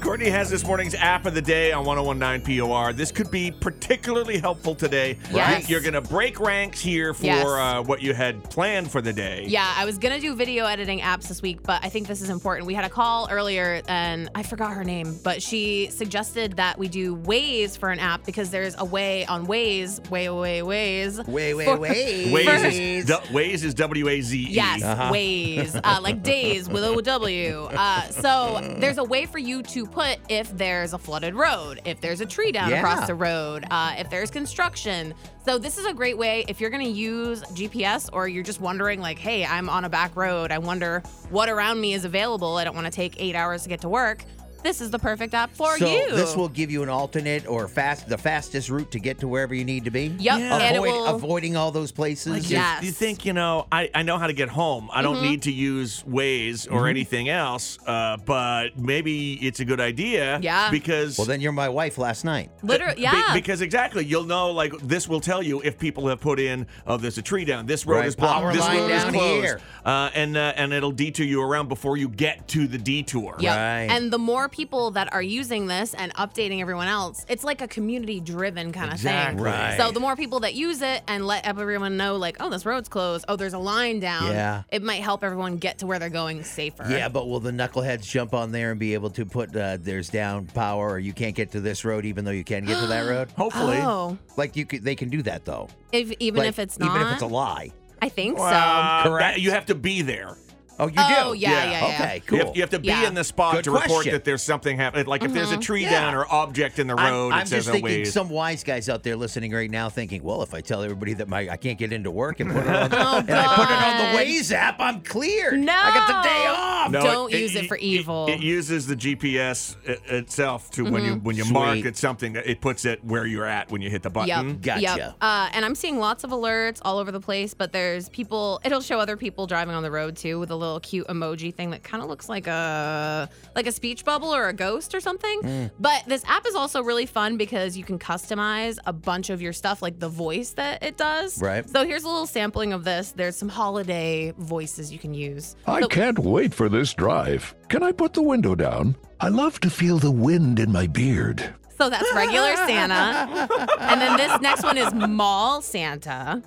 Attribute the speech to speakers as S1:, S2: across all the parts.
S1: Courtney has this morning's app of the day on 1019 POR. This could be particularly helpful today.
S2: Yes.
S1: You- You're going to break ranks here for
S2: Yes.
S1: uh, what you had planned for the day.
S2: Yeah, I was gonna do video editing apps this week, but I think this is important. We had a call earlier, and I forgot her name, but she suggested that we do Waze for an app because there's a way on Waze, way, way, ways.
S3: Way, way,
S2: for-
S3: way.
S1: Waze is, du- Waze is W A Z E.
S2: Yes,
S3: Uh-huh.
S2: ways, uh, like days with a W. Uh, so there's a way for you to put if there's a flooded road, if there's a tree down
S3: Yeah.
S2: across the road, uh, if there's construction. So this is a great way if you're going to use GPS or you're just wondering, like, hey, I'm on a back road. I wonder what around me is available. I don't want to take eight hours to get to work. This is the perfect app for
S3: so
S2: you.
S3: this will give you an alternate or fast, the fastest route to get to wherever you need to be.
S2: Yep,
S1: Yeah.
S2: and it
S3: Avoid,
S2: will.
S3: avoiding all those places.
S2: Like,
S1: You-
S2: yeah. Oh, Yes. Mm-hmm.
S1: You think, you know, I, I know how to get home. I don't need to use Waze or anything else, uh, but maybe it's a good idea.
S2: Yeah.
S1: Because.
S3: Well, then you're my wife last night.
S2: Literally,
S1: Be-
S2: yeah.
S1: because exactly, you'll know. Like this will tell you if people have put in. Oh, there's a tree down. This road
S3: Right,
S1: is blocked.
S3: power
S1: this
S3: line
S1: road is
S3: down
S1: closed.
S3: here.
S1: Uh, and uh, and it'll detour you around before you get to the detour.
S2: Yep.
S3: Right.
S2: And the more people that are using this and updating everyone else, it's like a community driven kind of
S1: Exactly.
S2: thing.
S3: Right.
S2: So the more people that use it and let everyone know, like, oh, this road's closed. Oh, there's a line down.
S3: Yeah.
S2: It might help everyone get to where they're going safer.
S3: Yeah, but will the knuckleheads jump on there and be able to put uh, there's down power or you can't get to this road even though you can get to that road?
S1: Hopefully.
S2: Oh,
S3: Like you could, they can do that though.
S2: if, even
S3: Like,
S2: if it's not,
S3: even if it's a lie.
S2: I think
S1: Uh,
S3: Correct.
S1: that- you have to be there.
S3: Oh, you
S2: so.
S3: do.
S2: oh, yeah,
S1: Yeah.
S2: yeah, yeah.
S3: Okay, cool.
S1: You have, you have to be
S2: Yeah.
S1: in the spot
S3: Good
S1: to report
S3: question. Mm-hmm.
S1: that there's something happening. Like if there's a tree
S3: Yeah.
S1: down or object in the
S3: I'm-
S1: road,
S3: I'm,
S1: it says
S3: just
S1: a
S3: thinking
S1: Waze.
S3: some wise guys out there listening right now thinking, well, if I tell everybody that my I can't get into work and put it on the,
S2: Oh,
S3: and I put it on
S2: God.
S3: the Waze app, I'm cleared.
S2: No.
S3: I got the day off.
S1: No,
S2: Don't use it for evil.
S1: It, uses the GPS i- itself to when you when you
S3: Mm-hmm. Sweet.
S1: mark at something, it puts it where you're at when you hit the button.
S2: Yep.
S3: Gotcha.
S2: Yep. Uh, and I'm seeing lots of alerts all over the place, but there's people, it'll show other people driving on the road too with a little cute emoji thing that kind of looks like a like a speech bubble or a ghost or something.
S3: Mm.
S2: But this app is also really fun because you can customize a bunch of your stuff, like the voice that it does.
S3: Right.
S2: So here's a little sampling of this. There's some holiday voices you can use.
S4: I
S2: So-
S4: can't wait for this drive. Can I put the window down? I love to feel the wind in my beard.
S2: So that's regular Santa. and then this next one is mall Santa.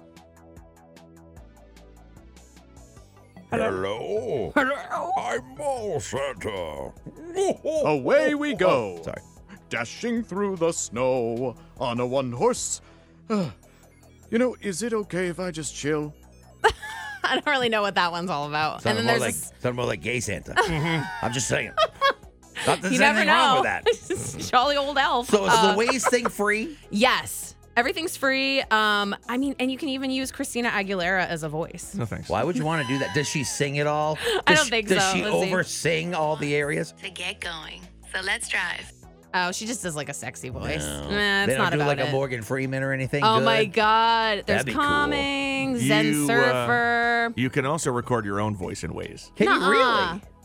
S4: Hello. Hello. I'm Mall Santa. Away we go.
S3: Sorry.
S5: dashing through the snow on a one horse. Ah. you know, is it okay if I just chill?
S2: I don't really know what that one's all about.
S3: Sounded
S2: and then
S3: more
S2: there's
S3: like
S2: this-
S3: sounded more like gay Santa. Mm-hmm. I'm just saying. Not that there's
S2: you never
S3: anything
S2: know.
S3: wrong with that.
S2: Jolly old elf.
S3: So is
S2: Uh,
S3: the Waze thing free?
S2: yes, everything's free. Um, I mean, and you can even use Christina Aguilera as a voice.
S1: No thanks.
S3: Why would you want to do that? Does she sing at all?
S2: I
S3: Does
S2: don't
S3: she-
S2: think
S3: Does
S2: so.
S3: she
S2: Let's see.
S3: over sing all the areas?
S6: to get going. So let's drive.
S2: Oh, she just does like a sexy voice.
S3: No.
S2: Nah, it's
S3: they don't
S2: not
S3: do
S2: about
S3: like
S2: it.
S3: a Morgan Freeman or anything.
S2: oh
S3: good?
S2: my God! There's
S3: That'd be cool.
S2: Cummings, Zen
S1: You, uh,
S2: Surfer.
S1: You can also record your own voice in Waze.
S3: Can you
S2: Nuh-uh.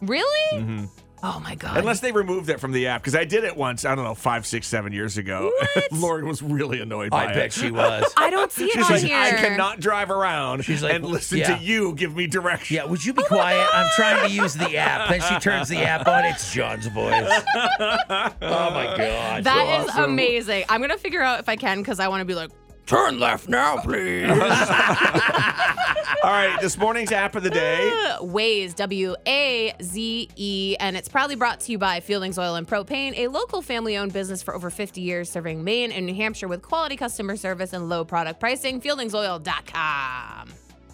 S3: really? Mm-hmm.
S2: Really? Oh my God!
S1: Unless they removed that from the app, because I did it once, I don't know, five, six, seven years ago. Lauren was really annoyed by
S3: I
S1: it.
S3: bet she was.
S2: I don't see it
S1: She
S2: on
S1: says,
S2: here.
S1: I cannot drive around
S3: She's like,
S1: and listen
S3: yeah.
S1: to you give me direction.
S3: Yeah, would you be quiet? I'm trying to use the app. Then she turns the app on. It's John's voice. oh my god.
S2: That is amazing. I'm gonna figure out if I can because I want to be like,
S3: Turn left now, please.
S1: All right, this morning's app of the day.
S2: Waze, W A Z E, and it's proudly brought to you by Fieldings Oil and Propane, a local family owned business for over 50 years serving Maine and New Hampshire with quality customer service and low product pricing. FieldingsOil.com.